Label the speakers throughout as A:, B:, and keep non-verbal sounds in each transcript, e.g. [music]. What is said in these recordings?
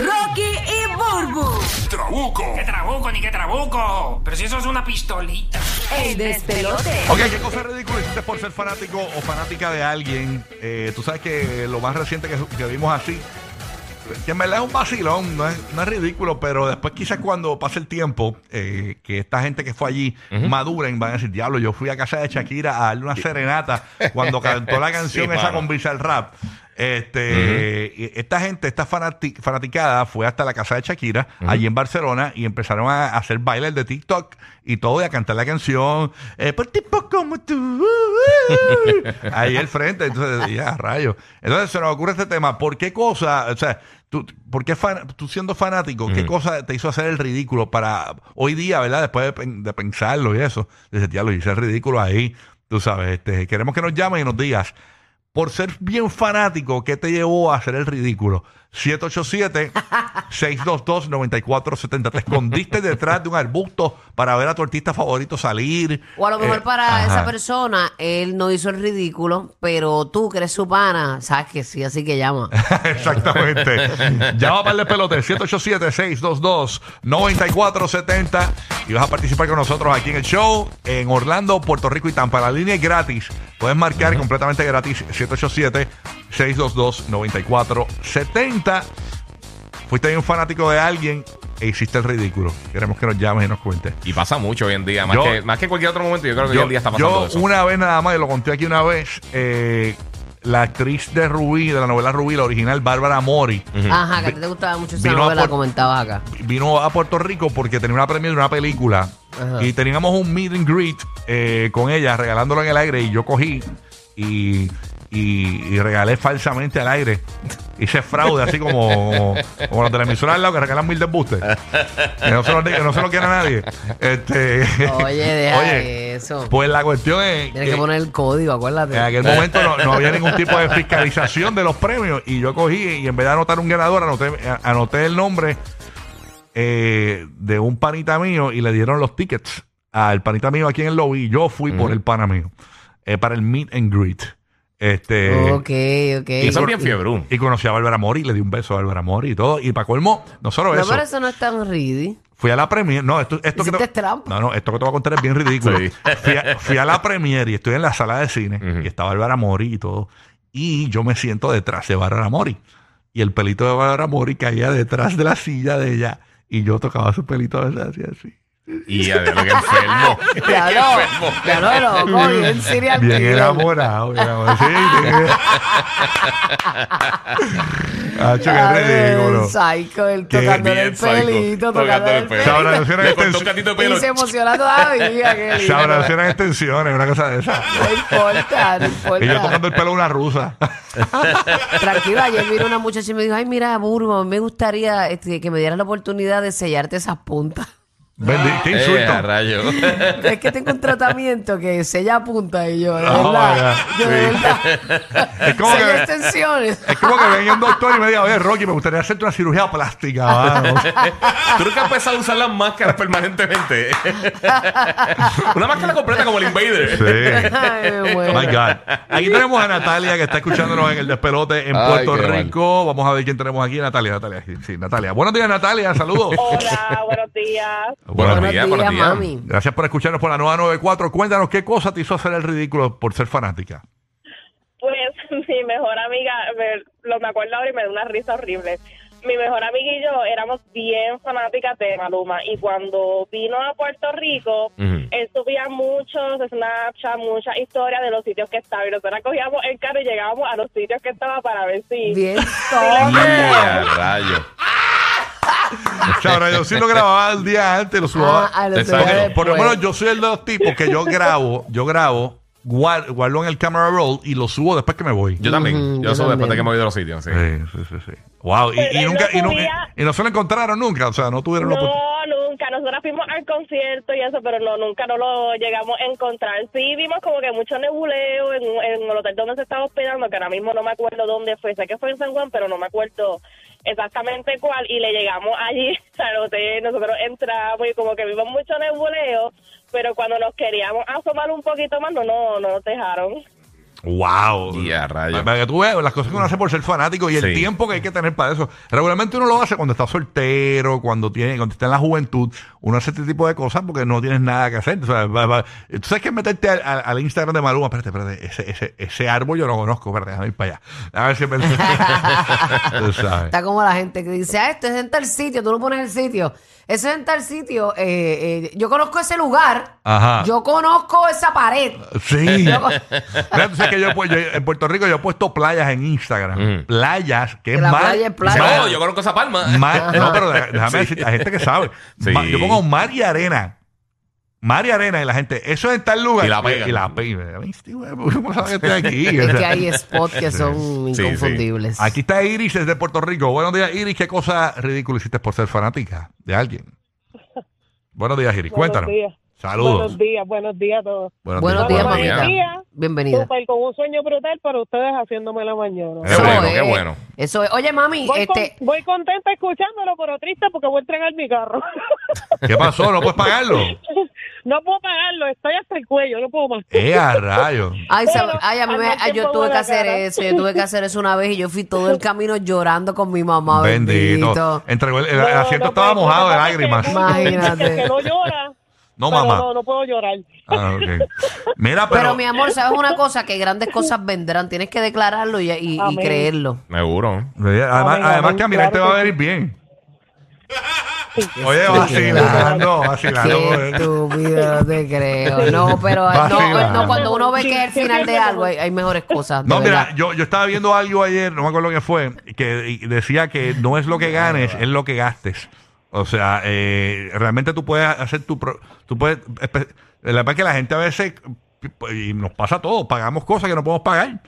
A: Rocky y Burbu,
B: Trabuco.
C: ¡Qué trabuco, ni qué trabuco! Pero si eso es una pistolita.
A: el despelote.
B: Ok, ¿qué cosa ridícula hiciste por ser fanático o fanática de alguien? Eh, tú sabes que lo más reciente que, que vimos así, que en verdad es un vacilón, no es, no es ridículo, pero después quizás cuando pase el tiempo, eh, que esta gente que fue allí maduren, van a decir, diablo, yo fui a casa de Shakira a darle una serenata cuando cantó la canción esa
D: mano.
B: con Bizarrap. Rap. Este, y Esta gente, esta fanati- fanaticada, fue hasta la casa de Shakira, allí en Barcelona, y empezaron a hacer bailes de TikTok y todo, y a cantar la canción, eh, por tipo como tú. ahí al frente, entonces, ya, rayo. Entonces se nos ocurre este tema, ¿por qué cosa, o sea, tú, por qué fan- tú siendo fanático, qué cosa te hizo hacer el ridículo para hoy día, ¿verdad? Después de, pen- de pensarlo y eso, dices, diablo, hice el ridículo ahí, tú sabes, este, queremos que nos llamen y nos digas por ser bien fanático, ¿qué te llevó a hacer el ridículo? 787-622-9470. Te escondiste detrás de un arbusto para ver a tu artista favorito salir.
A: O a lo mejor
B: Eh,
A: para
B: ajá.
A: esa persona, él no hizo el ridículo, pero tú que eres su pana, sabes que sí, así que llama.
B: [laughs] Exactamente. Llama para el pelote, 787-622-9470. Y vas a participar con nosotros aquí en el show en Orlando, Puerto Rico y Tampa. La línea es gratis. Puedes marcar completamente gratis 787-622-9470. Fuiste bien fanático de alguien e hiciste el ridículo. Queremos que nos llames y nos cuentes.
D: Y pasa mucho hoy en día, más,
B: Yo-
D: que, más que en cualquier otro momento, yo creo que hoy
B: Yo,
D: en día está
B: yo
D: pasando eso.
B: una vez nada más, y lo conté aquí una vez, eh, la actriz de Rubí, de la novela Rubí, la original Bárbara Mori,
A: Ajá, que a ti te gustaba mucho esa
B: Vino a
A: novela,
B: por-
A: comentabas acá.
B: vino a Puerto Rico porque tenía una premiere de una película
A: Ajá.
B: y teníamos un meet and greet eh, con ella regalándolo en el aire y yo cogí y, y- y regalé falsamente al aire. Hice fraude, así como, como, como la televisora al lado que regalan mil desbustes. Que no se lo, que no se lo quiera nadie. Este, [laughs]
A: Oye, deja
B: Oye, eh, Ah,
A: eso.
B: [laughs] Pues la cuestión es.
A: Tienes que
B: que-
A: poner el código, acuérdate.
B: en aquel momento no, no había ningún tipo de fiscalización de los premios y yo cogí y en vez de anotar un ganador, anoté, a- anoté el nombre eh, de un panita mío y le dieron los tickets al panita mío aquí en el lobby y yo fui por el pana mío eh, para el meet and greet. Este,
A: ok, ok.
D: y eso es
B: por-
D: bien fiebrú.
B: Y conocí a Bárbara Mori, le di un beso a Bárbara Mori y todo. Y para colmo, no solo
A: No,
B: eso,
A: pero eso no es tan
B: [laughs]
A: ridículo.
B: fui a la premiere. No, esto, esto que
A: Hiciste
B: te,
A: trampa.
B: no, no, esto que te voy a contar es bien ridículo.
D: Sí.
B: Fui, a, fui a la premiere y estoy en la sala de cine
D: Ujú.
B: y está Bárbara Mori y todo. Y yo me siento detrás de Bárbara Mori. Y el pelito de Bárbara Mori caía detrás de la silla de ella. Y yo tocaba su pelito a veces así, así.
D: Y a ver, lo que enfermo.
A: [laughs] Ya
D: [laughs] Qué
A: lo,
D: enfermo.
A: ya lo, loco, bien serial
B: Bien
A: killer.
B: enamorado. bien enamorado.
A: [laughs]
B: Sí, bien- Hacho, qué
A: Ay,
B: ridículo.
A: El eh, psycho, él
B: Qué
A: tocándole el
D: bien psycho,
A: pelito, tocándole el
D: tocándole el
B: Se
D: pelo.
A: pelito.
B: abrazaron
D: Le cortó un
B: extensiones,
D: gatito de
A: Y
D: pelo.
A: se emociona todavía,
B: [laughs]
A: qué
B: se
A: lindo.
B: abrazaron extensiones, una cosa de esa.
A: No importa, no
B: Y yo
A: importa.
B: tocando el pelo a una rusa.
A: Tranquila, ayer vino una muchacha y me dijo, ay, mira, Burbo, a mí me gustaría este, que me dieras la oportunidad de sellarte esas
B: [laughs]
A: puntas.
B: Bendi- qué
D: [laughs] Eh,
B: insulto.
A: [laughs]
D: a rayo.
A: es que tengo un tratamiento que sella puntas y yo, de
B: Oh,
A: verdad,
B: my God.
A: yo de
B: Sí.
A: verdad.
B: Es como
A: Sella
B: que-
A: extensiones.
B: Es como que venía un doctor y me diga, oye, Rocky, me gustaría hacerte una cirugía plástica. mano".
D: Tú nunca has empezado a usar las
A: [laughs]
D: máscaras permanentemente. una máscara completa como el Invader.
B: Sí.
A: [laughs] Ay, me
B: Oh
A: muero.
B: my God. Aquí tenemos a Natalia que está escuchándonos en el despelote en
D: Ay,
B: Puerto
D: qué mal.
B: Rico. Vamos a ver quién tenemos aquí. Natalia, Natalia. Sí, Sí, Natalia. Buenos días, Natalia. Saludos.
E: Hola, buenos días.
D: Buenos
A: Buenos
D: días, buenos
A: días,
D: días.
A: mami.
B: Gracias por escucharnos por la 994. Cuéntanos qué cosa te hizo hacer el ridículo por ser fanática.
E: Pues [laughs] mi mejor amiga, me, lo me acuerdo ahora y me da una risa horrible. Mi mejor amiga y yo éramos bien fanáticas de Maluma y cuando vino a Puerto Rico,
D: Ujú.
E: él subía muchos Snapchat, muchas historias de los sitios que estaba y nosotros cogíamos el carro y llegábamos a los sitios que estaba para ver si...
B: [laughs]
A: Bien,
D: Y
A: todo.
D: a rayo.
B: O sea, ahora yo sí lo grababa el día antes, lo subaba.
A: Ah, a los
D: Exacto.
A: días
B: Por lo
A: después.
B: menos yo soy el de los tipos que yo grabo, yo grabo guar- guardo en el camera roll y lo subo después que me voy.
D: Yo también.
A: Ujú,
D: yo
A: yo
D: soy después de
A: también.
D: que me voy de los sitios. Sí.
B: Sí, sí, sí, sí. Wow, y,
E: Pues
B: y
E: él
B: nunca,
E: lo
B: y, no,
E: subía-
B: y no se lo encontraron nunca, o sea, no tuvieron la oportunidad.
E: No, nunca. Nosotras fuimos al concierto y eso, pero no, nunca no lo llegamos a encontrar. Sí, vimos como que mucho nebuleo en, en el hotel donde se estaba hospedando, que ahora mismo no me acuerdo dónde fue. Sé que fue en San Juan, pero no me acuerdo exactamente cuál. Y le llegamos allí [laughs] al hotel, nosotros entramos y como que vimos mucho nebuleo, pero cuando nos queríamos asomar un poquito más, no, no, no nos dejaron.
B: Wow.
D: Y a rayos.
B: Para que tú veas las cosas que uno hace por ser fanático y el
D: Sí.
B: tiempo que hay que tener para eso. Regularmente uno lo hace cuando está soltero, cuando tiene, cuando está en la juventud. Uno hace este tipo de cosas porque no tienes nada que hacer. O sea, va- va- tú sabes que es meterte al, al- al Instagram de Maluma. Espérate, espérate, ese, ese, ese árbol yo lo conozco. Espérate, déjame ir para allá. A ver si me... [laughs] Tú sabes.
A: Está como la gente que dice, ah, esto es en tal sitio, tú no pones el sitio. Eso es en tal sitio. eh, eh, yo conozco ese lugar.
B: Ajá.
A: Yo conozco esa pared.
B: Sí. [laughs] Mira, tú sabes que yo, he pu- yo- en Puerto Rico yo he puesto playas en Instagram.
D: Mm.
B: Playas que
A: Que
B: es
A: la
B: mar-
A: playa es playa.
B: mar-
D: No, yo conozco esa palma.
B: Mar- no, pero deja- déjame decir, hay gente que sabe.
D: Sí.
B: Ma- yo pongo mar y arena. Mar y arena y la gente, eso es en tal lugar.
D: Y la pegan.
B: Y la pegan. Ay, este sí, güey, ¿Cómo sabes que estoy
A: [laughs]
B: [laughs] aquí? O
A: Es que
B: sea,
A: hay spots que son
D: Sí, sí.
A: inconfundibles.
B: aquí está Iris desde Puerto Rico. Buenos días, Iris. ¿Qué cosa ridícula hiciste por ser fanática de alguien? Buenos días, Iris.
E: Buenos
B: Cuéntanos.
E: días.
B: Saludos.
E: días, buenos días a todos.
A: Buenos días,
D: Buenos
A: mamita.
E: días.
A: Bienvenida.
E: con un sueño brutal para ustedes haciéndome la mañana.
D: Qué bueno, qué
A: es,
D: bueno.
A: Eso es. Oye, mami,
E: Voy, con-
A: este,
E: voy contenta escuchándolo, pero triste porque voy a entregar mi carro. [laughs]
B: ¿Qué pasó? ¿No puedes pagarlo?
E: no puedo pagarlo, estoy hasta el cuello, no puedo más.
B: ¡Eh, a rayos!
A: Ay,
E: Pero
A: sab- ay, a mí
E: al
A: me-
E: mismo
A: ay, yo
E: tiempo
A: tuve que
E: buena
A: hacer
E: cara.
A: eso, yo tuve que hacer eso una vez y yo fui todo el camino llorando con mi mamá,
B: Bendito. Eh,
A: bendito.
B: Entregó el, el
E: No,
B: asiento
E: no
B: estaba
E: puedo,
B: mojado de
E: no puedo,
B: lágrimas.
E: porque el que-
A: Imagínate.
E: el que no llora.
B: No,
E: pero
B: mamá.
E: No, no puedo llorar.
B: Ah, ok. Mira,
A: Pero,
B: pero,
A: mi amor, ¿sabes una cosa? Que grandes cosas vendrán, tienes que declararlo y, y- y
E: Amén.
A: creerlo.
D: Seguro.
B: además,
E: Amén,
B: además
E: amén,
B: que a mirar te
E: claro
B: va a
E: que
B: venir bien. Oye, vacilando, vacilando.
A: Qué
B: eh.
A: estúpido, no te creo. No,
B: [laughs]
A: pero
B: Vacila.
A: no, no, cuando uno ve que es el final de algo, hay, hay mejores cosas. de
B: No, mira,
A: verdad.
B: yo, yo estaba viendo algo ayer, no me acuerdo qué fue, que y decía que no es lo que ganes, es lo que gastes. O sea, eh, realmente tú puedes hacer tu... pro- tú puedes, espe- la verdad es que la gente a veces, pues, y nos pasa todo, pagamos cosas que no podemos pagar.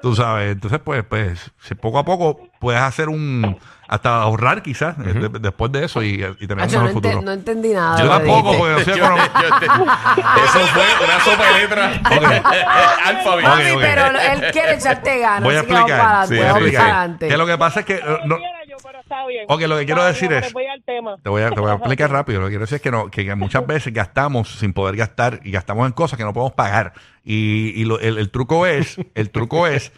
B: Tú sabes, entonces pues, pues si poco a poco puedes hacer un... Hasta ahorrar quizás eh, de- después de eso y, y tener
A: Ah,
B: un
A: yo no,
B: mejor
A: ente-
B: futuro.
A: no entendí nada.
B: Yo
A: lo que
B: tampoco,
A: dijiste.
B: porque no soy
A: [laughs]
D: Yo-
B: economista.
D: yo te- eso fue una sopa de letras. Alfabeto.
A: Mami,
B: ok, ok.
A: pero él quiere echarte ganas.
B: Voy a
A: así que vamos para
B: explicar.
A: adelante,
B: sí,
D: vamos
B: voy a
D: para
B: explicar.
A: adelante.
B: Que lo que pasa es que... eh, no-
E: Llora yo, pero está bien.
B: Ok, lo que quiero
E: Está
B: decir
E: bien,
B: es-
E: Voy al tema.
B: Te voy, a, te voy a
E: [laughs]
B: explicar rápido. Lo que quiero decir es que, no, que muchas veces gastamos sin poder gastar y gastamos en cosas que no podemos pagar. Y, y lo- el, el truco es, el truco es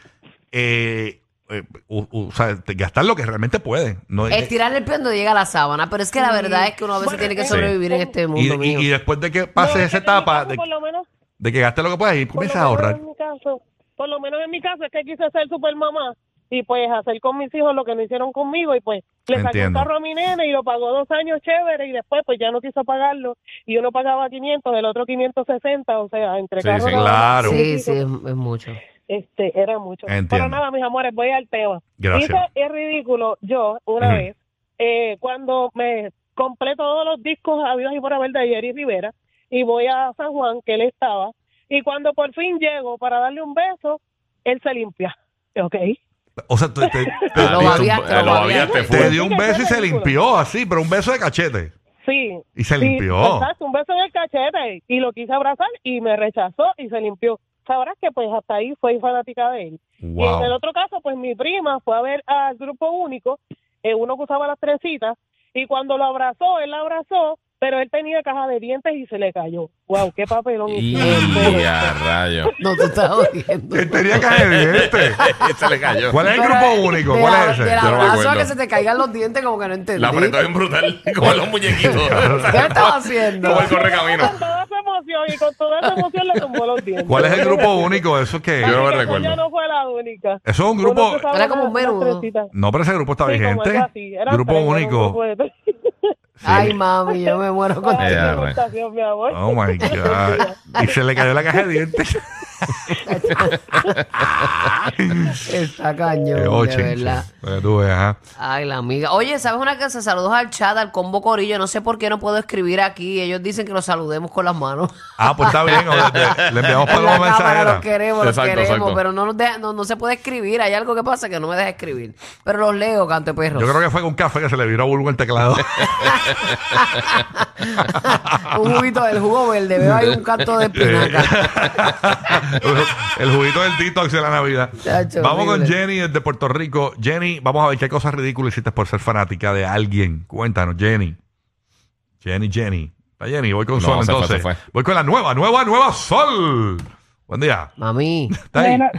B: eh, eh, u- u- o sea, te- gastar lo que realmente pueden. No,
A: Es tirar el pie donde llega la sábana, pero es que la verdad es que uno a veces tiene que
B: Sí.
A: sobrevivir en este
B: y,
A: mundo.
B: y-
A: mío.
B: y después de que pases
E: No, es
B: esa
E: que en mi
B: etapa
E: caso,
B: de,
E: por lo menos-
B: de que gastes lo que puedas y
E: por lo
B: comienzas a ahorrar.
E: menos en mi caso- Por lo menos en mi caso es que quise ser super mamá y pues hacer con mis hijos lo que no hicieron conmigo y pues le saqué un
B: Entiendo.
E: carro a mi nene y lo pagó dos años chévere y después pues ya no quiso pagarlo y uno pagaba 500, el otro 560, o sea, entre
D: Sí,
E: carros
D: sí,
E: nada más,
B: claro.
A: Sí, sí, es, es mucho.
E: Este, era mucho.
B: Entiendo.
E: Pero nada, mis amores, voy al tema.
B: Gracias.
E: Hice es ridículo yo una
B: Ujú.
E: vez eh, cuando me compré todos los discos habidos y por haber de Jerry Rivera y voy a San Juan que él estaba y cuando por fin llego para darle un beso, él se limpia. [laughs] ¿Ok?
B: O sea,
E: [laughs]
B: te, te- te-
D: Ah,
A: Lo
D: listo,
A: babiaste,
D: eh,
A: lo
D: lo babiaste,
A: babiaste.
D: full.
B: te dio un beso y se limpió así, pero un beso de cachete.
E: Sí.
B: Y se
E: Sí,
B: limpió.
E: exacto, un beso en el cachete y lo quise abrazar y me rechazó y se limpió. Sabrás que pues hasta ahí fue fanática de él. Y en el
B: Wow.
E: otro caso, pues mi prima fue a ver al grupo único, eh, uno que usaba las tresitas, y cuando lo abrazó, él la abrazó, pero él tenía caja de dientes y se le cayó. ¡Wow! ¡Qué papelón!
D: Y a rayo.
A: No, tú
B: [laughs]
A: estás jodiendo.
B: Tenía que dientes.
D: [laughs] Se le cayó.
B: ¿Cuál es el grupo único?
A: De
B: ¿Cuál
A: la-
B: es
A: De
B: ese?
A: la
D: Yo no me
A: abrazo a
D: acuerdo.
A: que se te caigan los dientes como que no entendí.
D: La apretó bien brutal. Como los [laughs] muñequitos.
A: ¿Qué estás
B: [laughs]
A: haciendo?
D: Como el correcamino.
E: Con toda esa emoción y con toda esa emoción le tumbó los dientes.
B: ¿Cuál es el grupo único? Eso que.
D: Yo no me
E: Así que
D: recuerdo.
E: Ella no fue la única.
B: Eso es un
E: Uno
B: grupo.
E: que usaba
A: Era como
E: las-
A: un menú,
E: las
A: ¿no?
E: tresitas.
B: No, pero ese grupo está
E: Sí, como algo así.
B: vigente.
E: Eran
B: Grupo
E: tres, era un
B: único.
E: grupo
A: [laughs]
E: de tres.
A: Ay, mami, yo me muero
E: Ay,
A: contigo.
D: Eh,
E: qué
D: arre.
E: [laughs] tentación, mi amor. [laughs]
B: Oh my God. Y se le cayó la caja de dientes.
A: Está cañón,
B: Eh, oh,
A: de
B: chin,
A: verdad.
B: chin. Para que tú veas, ajá.
A: Ay, la amiga. Oye, ¿sabes una cosa? Saludos al chat, al combo corillo. No sé por qué no puedo escribir aquí. Ellos dicen que los saludemos con las manos.
B: Ah, pues está bien. Le, le enviamos
A: En
B: para los
A: la cámara los
B: mensajeros.
A: queremos, los
D: Exacto,
A: queremos,
D: exacto.
A: pero no, nos deja- no, no se puede escribir. Hay algo que pasa que no me deja escribir. Pero los leo, cante perros.
B: Yo creo que fue con café que se le viró a Bulbo el teclado. [laughs] [laughs]
A: un juguito del jugo verde, veo ahí un canto de espinaca.
B: el juguito del detox de la Navidad.
A: Chacho,
B: vamos con
A: horrible.
B: Jenny desde Puerto Rico. Jenny, vamos a ver qué cosas ridículas hiciste por ser fanática de alguien. Cuéntanos, Jenny. Jenny, Jenny. Está Jenny, voy con
D: No,
B: Sol
D: se fue,
B: entonces.
D: se fue.
B: Voy con la nueva, nueva, nueva Sol. Buen día.
A: Mami,
B: ¿Está ahí?
E: Bueno,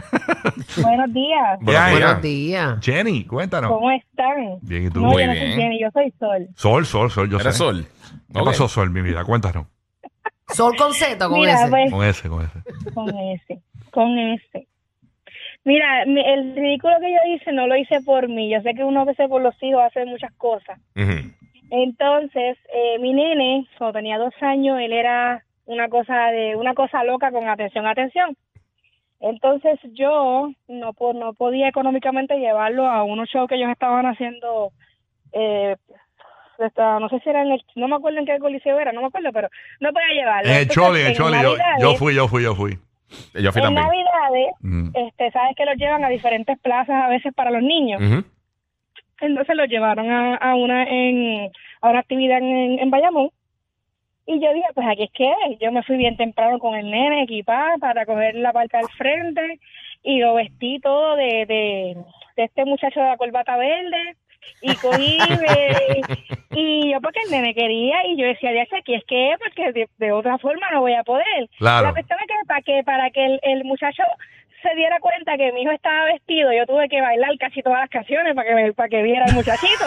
E: buenos días.
B: Ya,
D: Buenos
B: ya.
A: buenos días.
B: Jenny, cuéntanos.
E: ¿Cómo están?
B: Bien, ¿y tú?
E: No,
D: Muy
E: yo no
D: bien.
E: soy Jenny, yo soy Sol.
B: Sol, Sol, Sol, yo
D: Era
B: sé.
D: sol.
B: ¿Qué
D: Ok.
B: pasó, Sol, mi vida? Cuéntanos.
A: Sol con Z, o con
E: Mira,
A: ese.
E: pues
B: Con ese, con ese.
E: con ese, con ese. Mira, mi- el ridículo que yo hice no lo hice por mí. Yo sé que uno a veces por los hijos hace muchas cosas.
D: Ujú.
E: Entonces, eh, mi nene, cuando tenía dos años, él era una cosa de una cosa loca con atención, atención. Entonces yo no po- no podía económicamente llevarlo a unos shows que ellos estaban haciendo, eh, hasta- no sé si era en el, no me acuerdo en qué coliseo era, no me acuerdo, pero no podía llevarlo.
B: En el
E: Entonces,
B: Eh, Choli, en el
E: en
B: Choli. Yo,
E: Navidades-
B: yo fui, yo fui, yo fui.
D: Yo fui
E: en
D: también.
E: Navidades,
B: Mm.
E: este, sabes que los llevan a diferentes plazas a veces para los niños.
D: Ujú.
E: Entonces lo llevaron a, a una en a una actividad en, en Bayamón. Y yo dije, pues aquí es que es. yo me fui bien temprano con el nene equipada para coger la parte al frente y lo vestí todo de, de, de este muchacho de la corbata verde y cogí me- y yo porque el nene quería y yo decía, ya sé, aquí es que es porque de, de otra forma no voy a poder.
B: Claro.
E: La cuestión es que para que, para que el, el muchacho se diera cuenta que mi hijo estaba vestido, yo tuve que bailar casi todas las canciones para que, para que viera
B: [laughs]
E: el muchachito.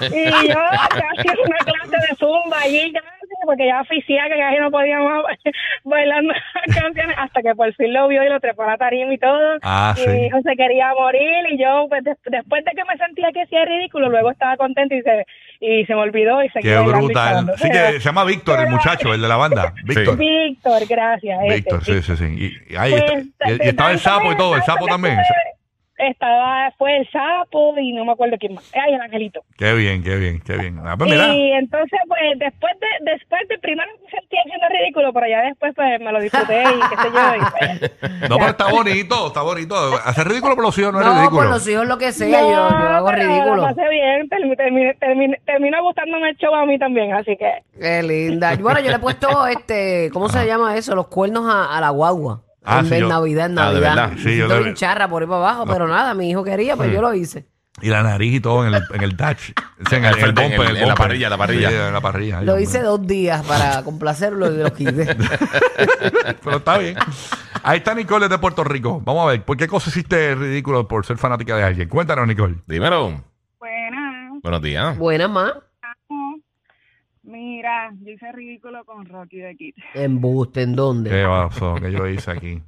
E: y yo casi una clase de zumba allí, casi, porque ya oficial que casi no podíamos [laughs] bailar las canciones, hasta que por fin lo vio y lo trepó a la tarima y todo.
B: Ah,
E: y
B: sí.
E: mi hijo se quería morir y yo, pues, des- después de que me sentía que hacía ridículo, luego estaba contenta y se, y se me olvidó y se
B: Qué
E: quedó bailando y
B: brutal.
E: cantando.
B: Sí que se llama Víctor, el muchacho, el de la banda. Víctor.
E: Víctor, gracias. este, ese,
B: Víctor, sí, sí, sí. Y, y ahí
E: Pues,
B: está- y- y
E: de
B: estaba el
E: tanto
B: sapo y todo, el
E: tanto
B: sapo
E: que
B: también.
E: fue, Estaba, fue el sapo y no me acuerdo quién más. Ay, el angelito.
B: Qué bien, qué bien, qué bien. Ah, pues mira,
E: Y entonces, pues, después de, después de primero me sentí haciendo ridículo, pero ya después, pues, me lo disfruté y qué sé yo. y,
A: [laughs]
E: pues,
B: no, pero está bonito, está bonito. Hacer ridículo por los hijos no,
A: No,
B: es ridículo.
A: por los hijos lo que sea, yo, yo hago
E: pero
A: ridículo.
E: La pasé bien, termi- terminé- terminé- terminó gustándome el show a mí también, así que.
A: Qué linda. Bueno, yo le he puesto este, ¿cómo se llama eso? Los cuernos a, a la guagua.
B: Ah,
A: en
B: sí,
A: vez de
B: yo-
A: Navidad, en
D: Ah, de
A: Navidad.
D: verdad.
B: Sí, yo
A: Estoy
B: le- Mm.
A: en charra por ahí para abajo, pero nada, mi hijo quería, pues yo lo hice.
B: Y la nariz y todo en el, en el touch. O sea, en, el,
D: Al frente,
B: bumper,
D: en el- en la
B: bumper.
D: parrilla, la parrilla.
B: Sí, en la parrilla. Ay,
A: Lo
B: Dios
A: hice
B: mío.
A: dos días para complacerlo y
B: [laughs]
A: lo quité.
B: Pero está bien. Ahí está Nicole de Puerto Rico. Vamos a ver, ¿por qué cosa hiciste ridículo por ser fanática de alguien? Cuéntanos, Nicole.
D: Dímelo.
F: Buenas.
D: Buenos días.
A: Buena más.
F: Mira, yo hice ridículo con Rocky de Kid.
A: Embuste, ¿en dónde?
B: Qué vaso que yo hice aquí.
A: Ah.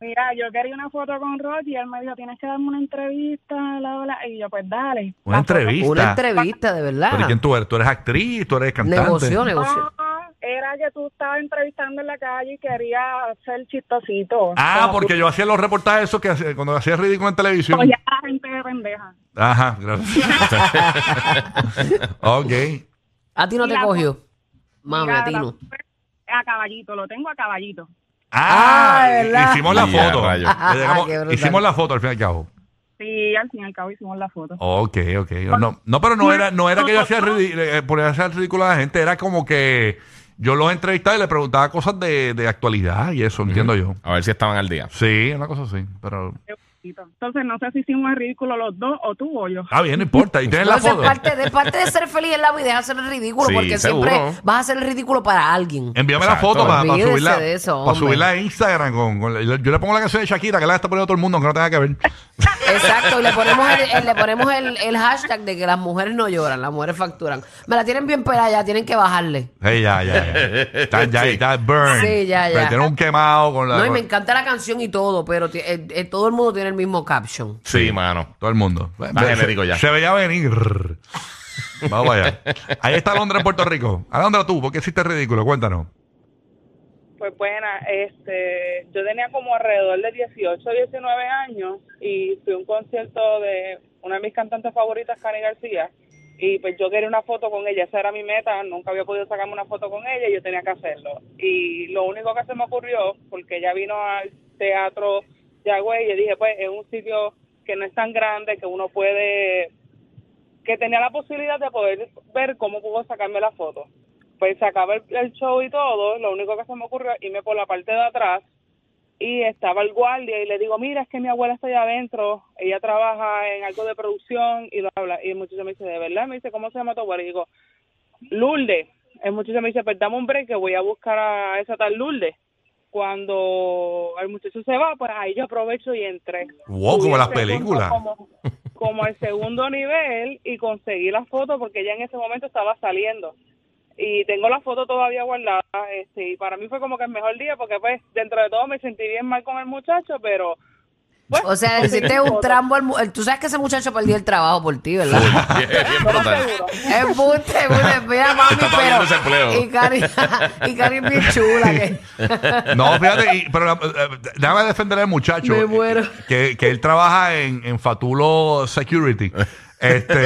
F: Mira, yo quería una foto con Rocky y él me dijo, tienes que darme una entrevista, bla, bla. Y yo, pues dale.
B: Una
F: La foto-
B: entrevista.
A: Una entrevista, de
B: ¿Pero ¿y
A: verdad.
B: quién tú eres? ¿Tú eres actriz? ¿Tú eres cantante?
A: Negocio, negocio.
F: Ah, era que tú estabas entrevistando en la calle y quería ser chistosito.
B: Ah,
F: Como
B: porque yo hacía los reportajes esos que hacía- cuando hacía ridículo en
F: tú
B: televisión.
F: apoyas a la gente de pendeja.
B: Ajá, gracias. [laughs] ok.
A: A ti no te
F: la-
A: cogió. Mami,
F: Mira,
A: a ti
F: la
A: no.
F: foto es A caballito, lo tengo a caballito.
B: Ah,
A: Ah, ¿verdad? Ah,
B: hicimos la
D: Ya,
B: foto.
D: rayos.
B: Le llegamos-
A: Qué brutal.
B: hicimos la foto al fin y al cabo.
F: Sí, al fin y al cabo hicimos la foto.
B: Ok, ok. No, no, pero no era, no era que yo hacía ridi- eh, ponía a hacer ridículo a la gente, era como que yo los entrevistaba y le preguntaba cosas de, de actualidad y eso, entiendo yo.
D: A ver si estaban al día.
B: Sí, una cosa así, pero
F: Qué bonito. Entonces, no sé si hicimos el ridículo los dos, o tú o yo.
B: está bien, no importa. Y tienes
A: No,
B: la
A: eso es
B: foto.
A: parte de, parte de ser feliz en la vida es hacer el ridículo,
D: Sí,
A: porque siempre
D: seguro.
A: vas a hacer el ridículo para alguien.
B: Envíame la
D: Exacto.
B: foto para,
A: Olvídese
B: subirla.
A: de eso,
B: para
A: hombre.
B: subirla a Instagram. Con, con la- yo le pongo la canción de Shakira, que la está poniendo todo el mundo, aunque no tenga que ver.
A: Exacto, y le ponemos, el, el- le ponemos el, el hashtag de que las mujeres no lloran, las mujeres facturan. Me la tienen bien pelada, ya tienen que bajarle.
B: Sí, ya, ya, ya. Está, ya, está burn.
A: Sí, ya, ya.
B: Pero tiene un quemado con la.
A: No, y me encanta la canción y todo, pero ti- eh, eh, todo el mundo tiene el mismo caption.
D: Sí, [laughs] mano.
B: Todo el mundo.
D: Está
B: Se-
D: genérico ya.
B: Se veía venir. Vamos allá. Ahí está Alondra en Puerto Rico. Alondra, tú, ¿por qué hiciste ridículo? Cuéntanos.
E: fue pues buena. Este, yo tenía como alrededor de 18, 19 años y fui a un concierto de una de mis cantantes favoritas, Cani García. Y pues yo quería una foto con ella, esa era mi meta, nunca había podido sacarme una foto con ella y yo tenía que hacerlo. Y lo único que se me ocurrió, porque ella vino al teatro Yagüe y yo dije, pues es un sitio que no es tan grande, que uno puede que tenía la posibilidad de poder ver cómo pudo sacarme la foto. Pues se acaba el, el show y todo, lo único que se me ocurrió irme por la parte de atrás y estaba el guardia y le digo, mira, es que mi abuela está allá adentro, ella trabaja en algo de producción y lo habla. Y el muchacho me dice, ¿de verdad? Me dice, ¿cómo se llama tu abuela? Y digo, Lourdes. El muchacho me dice, pues dame un break que voy a buscar a esa tal Lourdes. Cuando el muchacho se va, pues ahí yo aprovecho y entré.
B: Wow, como
E: Y
B: las
E: entré con-
B: películas.
E: Como, como el segundo nivel y conseguí la foto porque ella en ese momento estaba saliendo. Y tengo la foto todavía guardada. Este, y para mí fue como que el mejor día porque pues dentro de todo me sentí bien mal con el muchacho, pero... pues, bueno,
A: O
E: [laughs]
A: sea, le
E: conseguí
A: hiciste
E: la
A: un
E: foto.
A: trambo al mu- el- Tú sabes que ese muchacho perdió el trabajo por ti, ¿verdad?
D: Bien, bien
E: No lo
D: brutal.
E: aseguro.
A: Es buste,
D: [laughs]
A: es Mira, mami,
D: Está pagando ese
A: pero...
D: empleo.
A: Y Cari, y Cari es bien chula.
D: [laughs]
A: que-
B: No, fíjate, y- pero eh, déjame defender al muchacho.
A: Me
B: eh,
A: muero.
B: Que, que él trabaja en, en Fatulo Security.
D: Eh.
B: Este.
A: [laughs]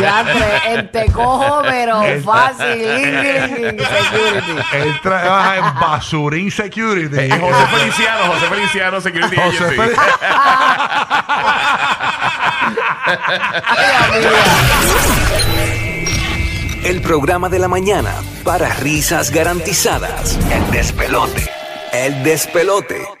A: Ya, entre, en te cojo, pero
B: Él-
D: [laughs]
A: fácil. Ingrid, security.
B: Él trabaja en Basurín Security.
D: Eh, José Feliciano, José Feliciano, Security
B: José
D: Agency.
B: Fel-
A: Ay, amiga.
G: El programa de la mañana para risas garantizadas. El despelote. El despelote.